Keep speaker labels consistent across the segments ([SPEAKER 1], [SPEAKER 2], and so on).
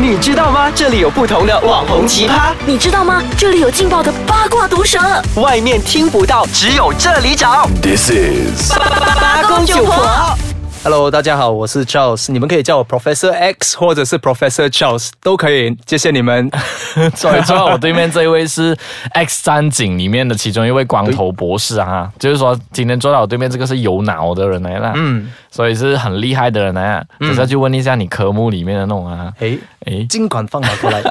[SPEAKER 1] 你知道吗？这里有不同的网红奇葩，
[SPEAKER 2] 你知道吗？这里有劲爆的八卦毒舌，
[SPEAKER 1] 外面听不到，只有这里找。
[SPEAKER 3] This is
[SPEAKER 1] 八公九婆。
[SPEAKER 4] Hello，大家好，我是 Charles，你们可以叫我 Professor X 或者是 Professor Charles 都可以，谢谢 你们。
[SPEAKER 5] 所以坐在我对面这一位是《X 战警》里面的其中一位光头博士啊，就是说今天坐在我对面这个是有脑的人来了，嗯，所以是很厉害的人来了。只是要去问一下你科目里面的那种啊，
[SPEAKER 4] 诶
[SPEAKER 5] 诶
[SPEAKER 4] 尽管放马过来。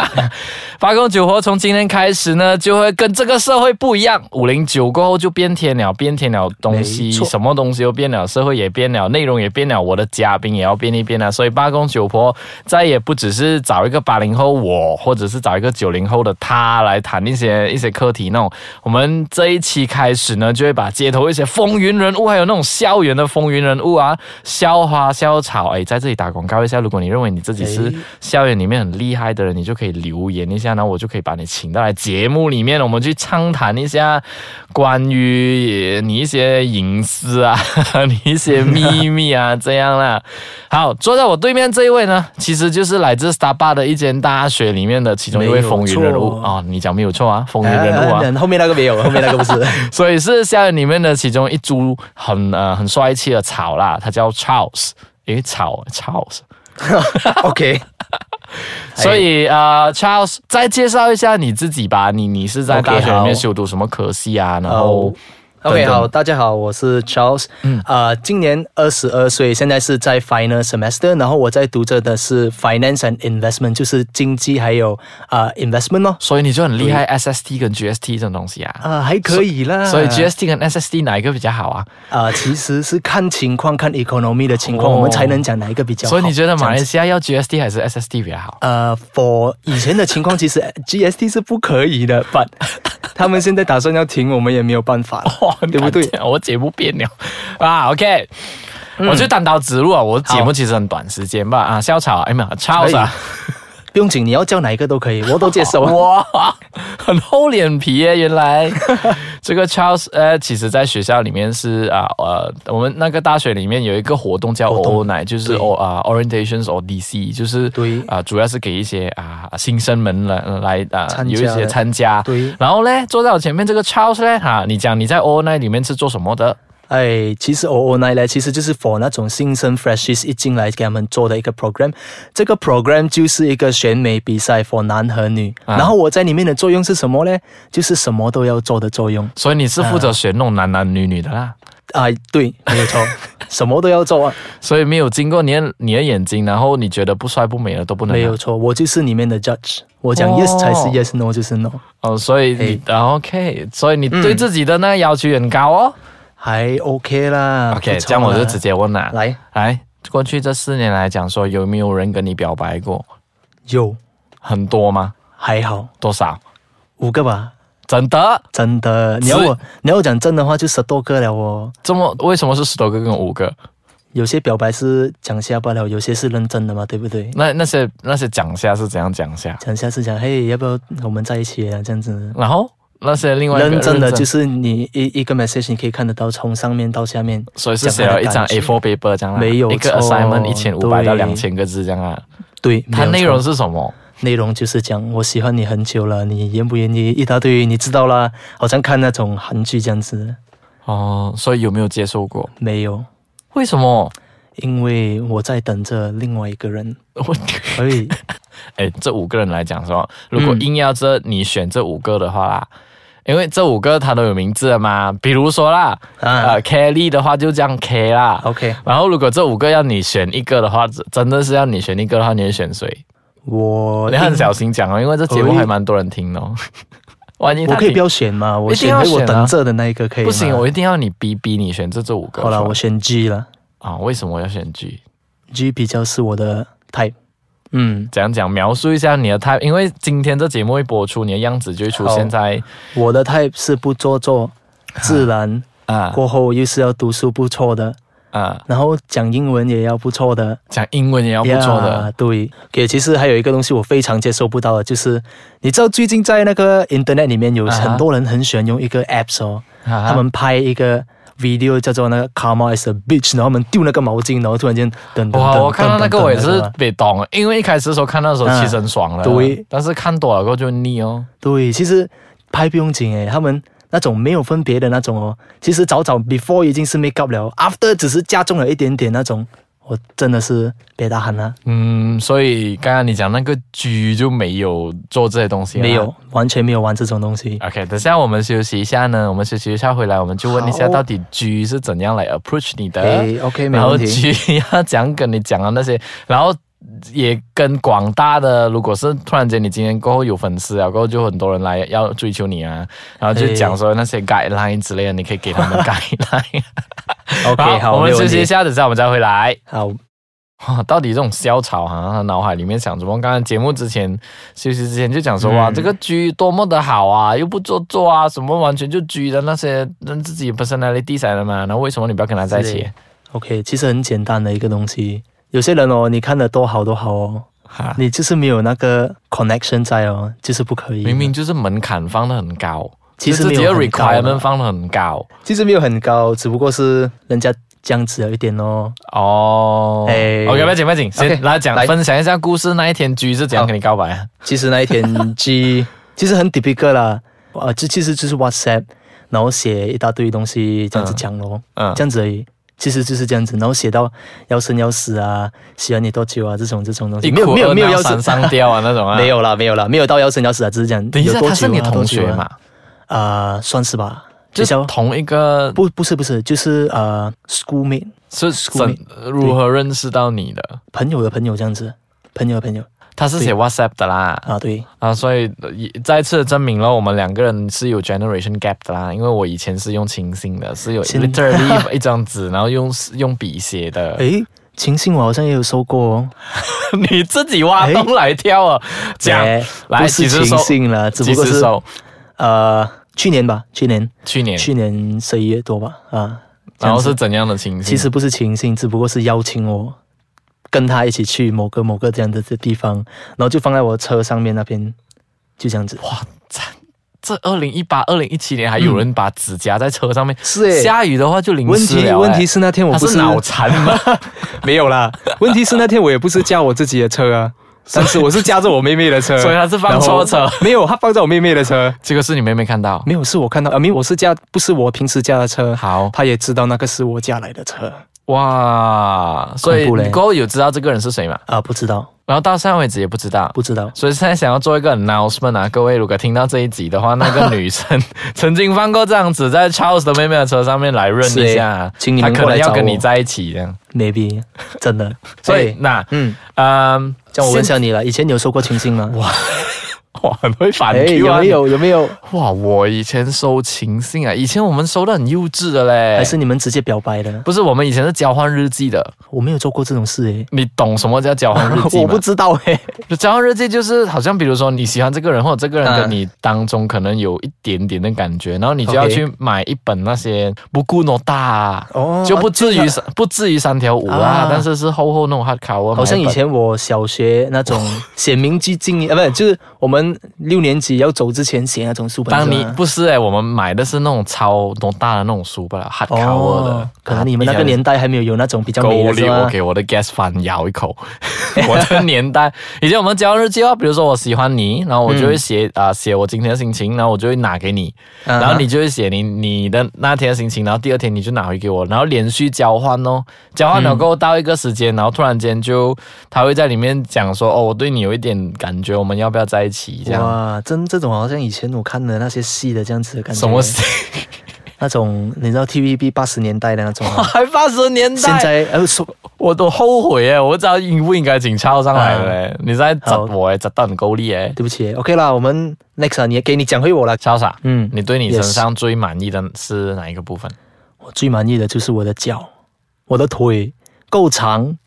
[SPEAKER 5] 八公九婆从今天开始呢，就会跟这个社会不一样。五零九过后就变天了，变天了东西
[SPEAKER 4] 没，错
[SPEAKER 5] 什么东西都变了，社会也变了，内容也变了，我的嘉宾也要变一变了。所以八公九婆再也不只是找一个八零后我，或者是找一个九零后的他来谈一些一些课题那种。我们这一期开始呢，就会把街头一些风云人物，还有那种校园的风云人物啊，校花、校草，哎，在这里打广告一下，如果你认为你自己是
[SPEAKER 4] 哎
[SPEAKER 5] 校园里面很厉害的人，你就可以留言一下，然后我就可以把你请到来节目里面，我们去畅谈一下关于呃你一些隐私啊， 你一些秘密啊，这样啦。好，坐在我对面这一位呢，其实就是来自 Starbucks 的一间大学里面的其中一
[SPEAKER 4] 没
[SPEAKER 5] 位
[SPEAKER 4] 有
[SPEAKER 5] 风云人物
[SPEAKER 4] 错
[SPEAKER 5] 啊、哦，你讲没有错啊，风云人物啊。
[SPEAKER 4] 啊后面那个没 有，后面那个不是。
[SPEAKER 5] 所以是校园里面的其中一株很呃很帅气的草啦，它叫 Charles，诶，草 Charles。
[SPEAKER 4] OK，哎
[SPEAKER 5] 所以呃，Charles，再介绍一下你自己吧。你你是在
[SPEAKER 4] OK，
[SPEAKER 5] 大学里
[SPEAKER 4] 好
[SPEAKER 5] 面修读什么科系啊？然后
[SPEAKER 4] 哦。OK，
[SPEAKER 5] 等等
[SPEAKER 4] 好，大家好，我是 Charles，嗯，啊、今年二十二岁，现在是在 final semester，然后我在读着的是 finance and investment，就是经济还有啊、investment 咯，
[SPEAKER 5] 所以你就很厉害，SST 跟 GST 这种东西啊。
[SPEAKER 4] 嗯啊、还可以啦，
[SPEAKER 5] 所以 GST 跟 SST 哪一个比较好啊？
[SPEAKER 4] 啊、其实是看情况，看 economy 的情况，
[SPEAKER 5] 哦
[SPEAKER 4] 我们才能讲哪一个比较好。
[SPEAKER 5] 所以你觉得马
[SPEAKER 4] 这
[SPEAKER 5] 来
[SPEAKER 4] 样子？
[SPEAKER 5] 西亚要 GST 还是 SST 比较好？
[SPEAKER 4] 呃，for 以前的情况， 其实 GST 是不可以的，but 他们现在打算要停，我们也没有办 法了，
[SPEAKER 5] 哦
[SPEAKER 4] 对不对？？嗯
[SPEAKER 5] 我节目变了啊，OK。我就单刀直入啊！我节目其实很短时间吧啊，校草，哎妈，Charles 啊，
[SPEAKER 4] 不用紧，你要叫哪一个都可以，我都接 受。
[SPEAKER 5] 哦哇，很厚脸皮耶！原 来这个 Charles 呃，其实在学校里面是啊呃，我们那个大学里面有一个活动叫 O O 奶，就是
[SPEAKER 4] 对
[SPEAKER 5] O 啊、Orientations or DC，就是
[SPEAKER 4] 对
[SPEAKER 5] 啊、主要是给一些啊、新生们来来啊、
[SPEAKER 4] 参
[SPEAKER 5] 有
[SPEAKER 4] 加
[SPEAKER 5] 一些
[SPEAKER 4] 的
[SPEAKER 5] 参加。
[SPEAKER 4] 对
[SPEAKER 5] 然后呢，坐在我前面这个 Charles 呢，哈、你讲你在 O O 奶里面是做什么的？
[SPEAKER 4] 哎，其实 O O 奶呢，其实就是 for 那种新生 freshies 一进来给他们做的一个 program。这个 program 就是一个选美比赛 for 男和女。
[SPEAKER 5] 啊
[SPEAKER 4] 然后我在里面的作用是什么呢？就是什么都要做的作用。
[SPEAKER 5] 所以你是负责选那种男男女女的啦，
[SPEAKER 4] 啊、对，没有 错，什么都要做啊，
[SPEAKER 5] 所以没有经过你的你的眼睛，然后你觉得不帅不美的都不能拿
[SPEAKER 4] 没有错，我就是里面的 judge，我讲 yes 才是
[SPEAKER 5] 哦
[SPEAKER 4] yes，no 就是 no，
[SPEAKER 5] 哦，所以你、OK，所以你对
[SPEAKER 4] 嗯
[SPEAKER 5] 自己的那个要求很高哦。
[SPEAKER 4] 还 OK 啦。
[SPEAKER 5] OK，
[SPEAKER 4] 啊不错
[SPEAKER 5] 这样我就
[SPEAKER 4] 啦
[SPEAKER 5] 直接问了，
[SPEAKER 4] 来
[SPEAKER 5] 来，过去这四年来讲说，有没有人跟你表白过？
[SPEAKER 4] 有
[SPEAKER 5] 很多吗？
[SPEAKER 4] 还好
[SPEAKER 5] 多少？
[SPEAKER 4] 五个吧，
[SPEAKER 5] 真的？
[SPEAKER 4] 真的。你要
[SPEAKER 5] 是
[SPEAKER 4] 我你要我讲真的话，就十多个了哦。
[SPEAKER 5] 这么为什么是十多个跟五个？
[SPEAKER 4] 有些表白是讲下罢了，有些是认真的嘛，对不对？
[SPEAKER 5] 那那些那些讲下是怎样讲下？
[SPEAKER 4] 讲下是讲，嘿，要不要我们在一起啊？这样子。
[SPEAKER 5] 然后那些另外一个，
[SPEAKER 4] 认真的就是是你一一个 message，你可以看得到从上面到下面，
[SPEAKER 5] 所以是写
[SPEAKER 4] 讲他的
[SPEAKER 5] 了一张
[SPEAKER 4] 感觉
[SPEAKER 5] A4 paper 这样啦，
[SPEAKER 4] 没有
[SPEAKER 5] 一个
[SPEAKER 4] 错
[SPEAKER 5] assignment 一千五百到
[SPEAKER 4] 对
[SPEAKER 5] 两千个字这样啊。
[SPEAKER 4] 对，
[SPEAKER 5] 它
[SPEAKER 4] 没
[SPEAKER 5] 内
[SPEAKER 4] 有错
[SPEAKER 5] 容是什么？
[SPEAKER 4] 内容就是讲我喜欢你很久了，你愿不愿意？一大堆，你知道啦，好像看那种韩剧这样子。
[SPEAKER 5] 哦，所以有没有接受过？
[SPEAKER 4] 没有，
[SPEAKER 5] 为什么？
[SPEAKER 4] 因为我在等着另外一个人。
[SPEAKER 5] 我。
[SPEAKER 4] 所以，
[SPEAKER 5] 哎，这五个人来讲说，如果
[SPEAKER 4] 嗯
[SPEAKER 5] 硬要这你选这五个的话啦，因为这五个他都有名字了嘛，比如说啦，
[SPEAKER 4] 啊
[SPEAKER 5] 呃，Kelly 的话就这样 K 啦
[SPEAKER 4] OK
[SPEAKER 5] 然后如果这五个要你选一个的话，真真的是要你选一个的话，你会选谁？
[SPEAKER 4] 我
[SPEAKER 5] 你很小心讲哦，因为这节目还蛮多人听的哦。万一他
[SPEAKER 4] 我可以
[SPEAKER 5] 听
[SPEAKER 4] 不要选嘛？我
[SPEAKER 5] 一定
[SPEAKER 4] 选
[SPEAKER 5] 要
[SPEAKER 4] 回我
[SPEAKER 5] 选啊
[SPEAKER 4] 等着的那一个可以吗
[SPEAKER 5] 不行，我一定要你逼逼你选这这五个。
[SPEAKER 4] 好了，
[SPEAKER 5] 是吧
[SPEAKER 4] 我选 G 了
[SPEAKER 5] 啊，为什么我要选 G？
[SPEAKER 4] ，G 比较是我的 type。嗯，
[SPEAKER 5] 怎样讲？描述一下你的 type，因为今天这节目一播出，你的样子就会出现
[SPEAKER 4] 好
[SPEAKER 5] 在
[SPEAKER 4] 我的 type 是不做作、自然，
[SPEAKER 5] 啊
[SPEAKER 4] 过后又是要读书不错的，
[SPEAKER 5] 啊，
[SPEAKER 4] 然后讲英文也要不错的，
[SPEAKER 5] 讲英文也要不错的。
[SPEAKER 4] 呀对，也其实还有一个东西我非常接受不到的，就是你知道最近在那个 internet 里面有
[SPEAKER 5] 啊哈
[SPEAKER 4] 很多人很喜欢用一个 apps 哦，
[SPEAKER 5] 啊哈
[SPEAKER 4] 他们拍一个 video 叫做那个 Karma is a bitch，然后我们丢那个毛巾，然后突然间等等
[SPEAKER 5] 哇，
[SPEAKER 4] 等，
[SPEAKER 5] 我看到那个我也是
[SPEAKER 4] 噔噔噔
[SPEAKER 5] 被懂，因为一开始的时候看到的时候
[SPEAKER 4] 嗯
[SPEAKER 5] 其实很爽了，
[SPEAKER 4] 对
[SPEAKER 5] 但是看多了过后就腻哦。
[SPEAKER 4] 对，其实拍不用紧诶，他们那种没有分别的那种哦，其实早早 before 已经是 make up 了，after 只是加重了一点点那种，我真的是别大喊啊了、
[SPEAKER 5] 嗯，所以刚刚你讲那个剧就没有啊做这些东西，
[SPEAKER 4] 没有。，啊完全没有玩这种东西。
[SPEAKER 5] OK，等下我们休息一下呢，我们休息一下回来，我们就问一下
[SPEAKER 4] 好
[SPEAKER 5] 到底 G 是怎样来 approach 你的。
[SPEAKER 4] 诶 OK，没
[SPEAKER 5] 然后
[SPEAKER 4] 问题。
[SPEAKER 5] G 要怎样跟你讲啊那些，然后也跟广大的，如果是突然间你今天过后有粉丝啊，过后就很多人来要追求你啊，然后就讲说那些 guideline 之类的，你可以给他们 guideline。
[SPEAKER 4] OK，好，
[SPEAKER 5] 我们
[SPEAKER 4] 没问
[SPEAKER 5] 休
[SPEAKER 4] 题
[SPEAKER 5] 息一。下，等下我们再回来。哦
[SPEAKER 4] 好，
[SPEAKER 5] 哇，到底这种校草啊，他脑海里面想什么？刚刚节目之前休息之前就讲说，
[SPEAKER 4] 嗯
[SPEAKER 5] 哇，这个居多么的好啊，又不做作啊，什么完全就居的那些让自己 personality 来了嘛，那为什么你不要跟他在一
[SPEAKER 4] 是
[SPEAKER 5] 起
[SPEAKER 4] 的？OK，其实很简单的一个东西。有些人哦，你看的多好多好哦，
[SPEAKER 5] 哈，
[SPEAKER 4] 你就是没有那个 connection 在哦，就是不可以。
[SPEAKER 5] 明明就是门槛放的很高，
[SPEAKER 4] 其实
[SPEAKER 5] 就
[SPEAKER 4] 没
[SPEAKER 5] 自己
[SPEAKER 4] 有
[SPEAKER 5] 的
[SPEAKER 4] 很高啦
[SPEAKER 5] requirement 放的很高
[SPEAKER 4] 其实没有很高，只不过是人家这样子了一点哦。
[SPEAKER 5] 哦。
[SPEAKER 4] 哎
[SPEAKER 5] OK，不要紧不要紧，先
[SPEAKER 4] OK，
[SPEAKER 5] 来讲
[SPEAKER 4] 来
[SPEAKER 5] 分享一下故事那一天居是怎样跟你告白啊？
[SPEAKER 4] 其实那一 天 G 其实很 typical 啦，啊，这其实就是 WhatsApp，然后写一大堆东西这样子讲咯，
[SPEAKER 5] 嗯嗯
[SPEAKER 4] 这样子而已。其实就是这样子，然后写到要生要死啊，喜欢你多久啊这种这种东西，
[SPEAKER 5] 一
[SPEAKER 4] 没有
[SPEAKER 5] 哭
[SPEAKER 4] 没有
[SPEAKER 5] 二
[SPEAKER 4] 没有
[SPEAKER 5] 闹
[SPEAKER 4] 要
[SPEAKER 5] 三
[SPEAKER 4] 生
[SPEAKER 5] 上吊啊那种 啊？
[SPEAKER 4] 没。有啦没有啦，没有到要生要死啊，只是讲
[SPEAKER 5] 等一下，
[SPEAKER 4] 有多
[SPEAKER 5] 他是
[SPEAKER 4] 久啊
[SPEAKER 5] 你同学？
[SPEAKER 4] 多久
[SPEAKER 5] 嘛
[SPEAKER 4] 啊？啊，算是吧。
[SPEAKER 5] 就
[SPEAKER 4] 比较
[SPEAKER 5] 同一个
[SPEAKER 4] 不不是不是，就是呃 schoolmate
[SPEAKER 5] 是
[SPEAKER 4] Schoolmate，
[SPEAKER 5] 怎如何认识到你的？
[SPEAKER 4] 朋友的朋友这样子，朋友的朋友
[SPEAKER 5] 他是写
[SPEAKER 4] 对
[SPEAKER 5] WhatsApp 的啦，
[SPEAKER 4] 啊，对，
[SPEAKER 5] 啊，所以呃一再次证明了我们两个人是有 generation gap 的啦。因为我以前是用清信的，是有
[SPEAKER 4] 现
[SPEAKER 5] literally 一张纸，然后用用笔写的。
[SPEAKER 4] 诶，情信我好像也有收过哦。
[SPEAKER 5] 你自己挖洞来跳啊！讲
[SPEAKER 4] 诶
[SPEAKER 5] 来
[SPEAKER 4] 不是
[SPEAKER 5] 几时
[SPEAKER 4] 情
[SPEAKER 5] 收
[SPEAKER 4] 信了，哎只
[SPEAKER 5] 几
[SPEAKER 4] 不过
[SPEAKER 5] 时
[SPEAKER 4] 是
[SPEAKER 5] 收？
[SPEAKER 4] 呃去年吧，去年
[SPEAKER 5] 去年，
[SPEAKER 4] 去年十一月多吧啊，这
[SPEAKER 5] 然
[SPEAKER 4] 样
[SPEAKER 5] 后
[SPEAKER 4] 子
[SPEAKER 5] 是怎样的情信？啊
[SPEAKER 4] 其实不是情信，只不过是邀请我跟他一起去某个某个这样的地方，然后就放在我车上面那边，就这样子。哇，
[SPEAKER 5] 这二零一八、二零一七年还有人把指甲在车上面，
[SPEAKER 4] 嗯是诶
[SPEAKER 5] 下雨的话就淋
[SPEAKER 4] 问
[SPEAKER 5] 湿
[SPEAKER 4] 题
[SPEAKER 5] 了。
[SPEAKER 4] 问
[SPEAKER 5] 诶
[SPEAKER 4] 题是那天我
[SPEAKER 5] 他
[SPEAKER 4] 不
[SPEAKER 5] 是脑残吗？
[SPEAKER 4] 没有啦，问题是那天我也不是驾我自己的车 啊，但是我是驾着我妹妹的车，
[SPEAKER 5] 所以他是放错车
[SPEAKER 4] 然后，没有，他放在我妹妹的车，
[SPEAKER 5] 这个是你妹妹 看到。
[SPEAKER 4] 没有，是我看到，啊，没有，我是驾，不是我平时驾的车，
[SPEAKER 5] 好
[SPEAKER 4] 他也知道那个是我驾来的车
[SPEAKER 5] 哇，所以
[SPEAKER 4] 恐怖嘞
[SPEAKER 5] 你过后有知道这个人是谁吗？
[SPEAKER 4] 啊，不知道，
[SPEAKER 5] 然后到现在为止也不知道。
[SPEAKER 4] 不知道，
[SPEAKER 5] 所以现在想要做一个 announcement 啊，各位如果听到这一集的话，那个女 生曾经放过这样子，在 Charles 的妹妹的车上面来润一下啊
[SPEAKER 4] 是，请你们
[SPEAKER 5] 她可
[SPEAKER 4] 过
[SPEAKER 5] 能
[SPEAKER 4] 来
[SPEAKER 5] 要
[SPEAKER 4] 找
[SPEAKER 5] 跟
[SPEAKER 4] 我
[SPEAKER 5] 你在一起这样。
[SPEAKER 4] maybe 真的，
[SPEAKER 5] 所以
[SPEAKER 4] 哎
[SPEAKER 5] 那
[SPEAKER 4] 嗯，
[SPEAKER 5] 嗯，
[SPEAKER 4] 这样我问一
[SPEAKER 5] 现
[SPEAKER 4] 下你了，以前你有收过情信吗？哇，
[SPEAKER 5] 哇，很会反
[SPEAKER 4] 哎，
[SPEAKER 5] Q
[SPEAKER 4] 有
[SPEAKER 5] 啊！
[SPEAKER 4] 没有有没有？
[SPEAKER 5] 你？哇，我以前收情信啊，以前我们收的很幼稚的
[SPEAKER 4] 还
[SPEAKER 5] 嘞，
[SPEAKER 4] 是你们直接表白的？
[SPEAKER 5] 不是我们以前是交换日记的，
[SPEAKER 4] 我没有做过这种事欸诶，
[SPEAKER 5] 你懂什么叫交换日记 吗？
[SPEAKER 4] 我不知道欸诶。
[SPEAKER 5] 就交换日记就是好像比如说你喜欢这个人，或者这个人
[SPEAKER 4] 嗯
[SPEAKER 5] 跟你当中可能有一点点的感觉，然后你就要
[SPEAKER 4] OK
[SPEAKER 5] 去买一本那些不顾诺大啊，
[SPEAKER 4] 哦
[SPEAKER 5] 就不至于三不至于三条五啦
[SPEAKER 4] 啊，
[SPEAKER 5] 但是是厚厚那种 hard cover，
[SPEAKER 4] 好像
[SPEAKER 5] 买一
[SPEAKER 4] 以
[SPEAKER 5] 本
[SPEAKER 4] 前我小学那种写明记经啊，不是，就是我们六年级要走之前写那种书本。
[SPEAKER 5] 当
[SPEAKER 4] 是
[SPEAKER 5] 你
[SPEAKER 4] 吗
[SPEAKER 5] 不是哎、我们买的是那种超诺大的那种书吧，hard cover 的，
[SPEAKER 4] 哦，可能你们那个年代还没有有那种比较美
[SPEAKER 5] 狗
[SPEAKER 4] 的是
[SPEAKER 5] 力，我
[SPEAKER 4] 吗？
[SPEAKER 5] 给我的 gas fan 咬一 口。我的年代，以前我们交换日记的话，啊比如说我喜欢你，然后我就会写啊、写我今天的心情，然后我就会拿给你，
[SPEAKER 4] 嗯嗯哼
[SPEAKER 5] 然后你就会写你你的那天的心情，然后第二天你就拿回给我，然后连续交换哦，交换了过后到一个时间，然后突然间就他会在里面讲说哦，我对你有一点感觉，我们要不要在一起这样？
[SPEAKER 4] 哇，真这种好像以前我看的那些戏的这样子的感觉，
[SPEAKER 5] 什么事？
[SPEAKER 4] 那种你知道 TVB 八十年代的那种啊，
[SPEAKER 5] 还八十年代？
[SPEAKER 4] 现
[SPEAKER 5] 啊
[SPEAKER 4] 在呃说
[SPEAKER 5] 我都后悔耶！我不知道应不应该请超上来了耶。你在砸
[SPEAKER 4] 啊好嗯
[SPEAKER 5] 我耶，砸到你够力耶！
[SPEAKER 4] 对不起，OK 啦，我们 next 啊，你给你讲回我啦。
[SPEAKER 5] 潇洒，
[SPEAKER 4] 嗯
[SPEAKER 5] 你对你身上最满意的是哪一个部分？
[SPEAKER 4] 我最满意的就是我的脚，我的腿够长，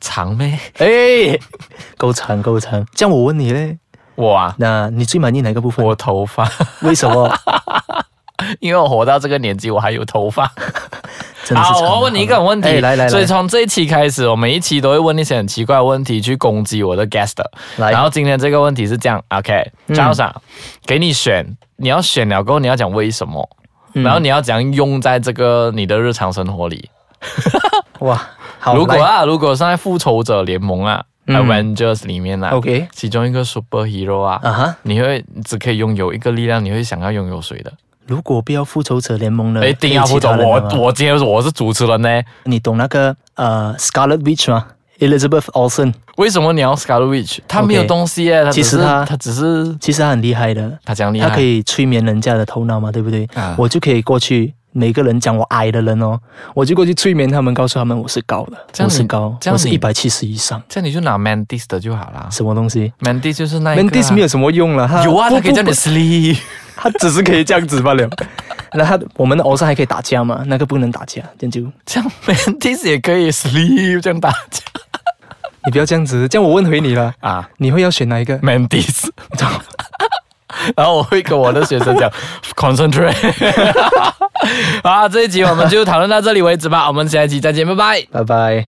[SPEAKER 5] 长咩？
[SPEAKER 4] 哎，够长够长。这样我问你嘞，
[SPEAKER 5] 我啊，
[SPEAKER 4] 那你最满意哪个部分？
[SPEAKER 5] 我头发，
[SPEAKER 4] 为什么？
[SPEAKER 5] 因为我活到这个年纪，我还有 头发。
[SPEAKER 4] 真的是
[SPEAKER 5] 好，
[SPEAKER 4] 长
[SPEAKER 5] 我要问你一个问题，
[SPEAKER 4] 哎来来来
[SPEAKER 5] 所以从这一期开始，我每一期都会问一些很奇怪的问题去攻击我的 guest 的。
[SPEAKER 4] 来嗯
[SPEAKER 5] 然后今天这个问题是这样，OK，张老师啊，给你选，你要选了过后你要讲为什么。
[SPEAKER 4] 嗯
[SPEAKER 5] 然后你要怎样用在这个你的日常生活里？
[SPEAKER 4] 哇，好，
[SPEAKER 5] 如果
[SPEAKER 4] 来
[SPEAKER 5] 啊，如果是在复仇者联盟啊、
[SPEAKER 4] 嗯
[SPEAKER 5] a v e n g e r s 里面啊
[SPEAKER 4] OK
[SPEAKER 5] 其中一个 superhero 啊，
[SPEAKER 4] 啊哈，
[SPEAKER 5] 你会只可以拥有一个力量，你会想要拥有谁的？
[SPEAKER 4] 如果不要复仇者联盟了，
[SPEAKER 5] 一定要复仇！
[SPEAKER 4] 呃可以其他
[SPEAKER 5] 我
[SPEAKER 4] 人了吗
[SPEAKER 5] 我今天我是主持人呢，
[SPEAKER 4] 你懂那个呃 Scarlet Witch 吗？Elizabeth Olsen，
[SPEAKER 5] 为什么你要 Scarlet Witch？他没有
[SPEAKER 4] OK
[SPEAKER 5] 东西耶，他只
[SPEAKER 4] 其实
[SPEAKER 5] 是
[SPEAKER 4] 他
[SPEAKER 5] 他只是
[SPEAKER 4] 其实她很厉害的，
[SPEAKER 5] 他讲厉害，
[SPEAKER 4] 她可以催眠人家的头脑嘛，对不对？
[SPEAKER 5] 啊
[SPEAKER 4] 我就可以过去。每个人讲我矮的人哦，我就过去催眠他们，告诉他们我是高的，
[SPEAKER 5] 这
[SPEAKER 4] 我
[SPEAKER 5] 样你
[SPEAKER 4] 是高，
[SPEAKER 5] 这样
[SPEAKER 4] 我是
[SPEAKER 5] 你
[SPEAKER 4] 一百七十以上，
[SPEAKER 5] 这样你就拿 Mantis 的就好啦。
[SPEAKER 4] 什么东西
[SPEAKER 5] Mantis 就是那一个、啊、
[SPEAKER 4] ？Mentis 没有什么用了，他
[SPEAKER 5] 有啊，
[SPEAKER 4] 不
[SPEAKER 5] 他可以
[SPEAKER 4] 不
[SPEAKER 5] 叫你
[SPEAKER 4] 不
[SPEAKER 5] sleep。
[SPEAKER 4] 他只是可以这样子罢了。 那他我们的偶像还可以打架吗？那个不能打架，这样就
[SPEAKER 5] 这样 Mantis 也可以 sleep 这样打架
[SPEAKER 4] 你不要这样子，这样我问回你了，
[SPEAKER 5] 啊
[SPEAKER 4] 你会要选哪一个？
[SPEAKER 5] ，Mantis。然后我会跟我的学生讲 concentrate。好，这一集我们就讨论到这里为止吧，我们下一集再见，拜拜。
[SPEAKER 4] 拜拜。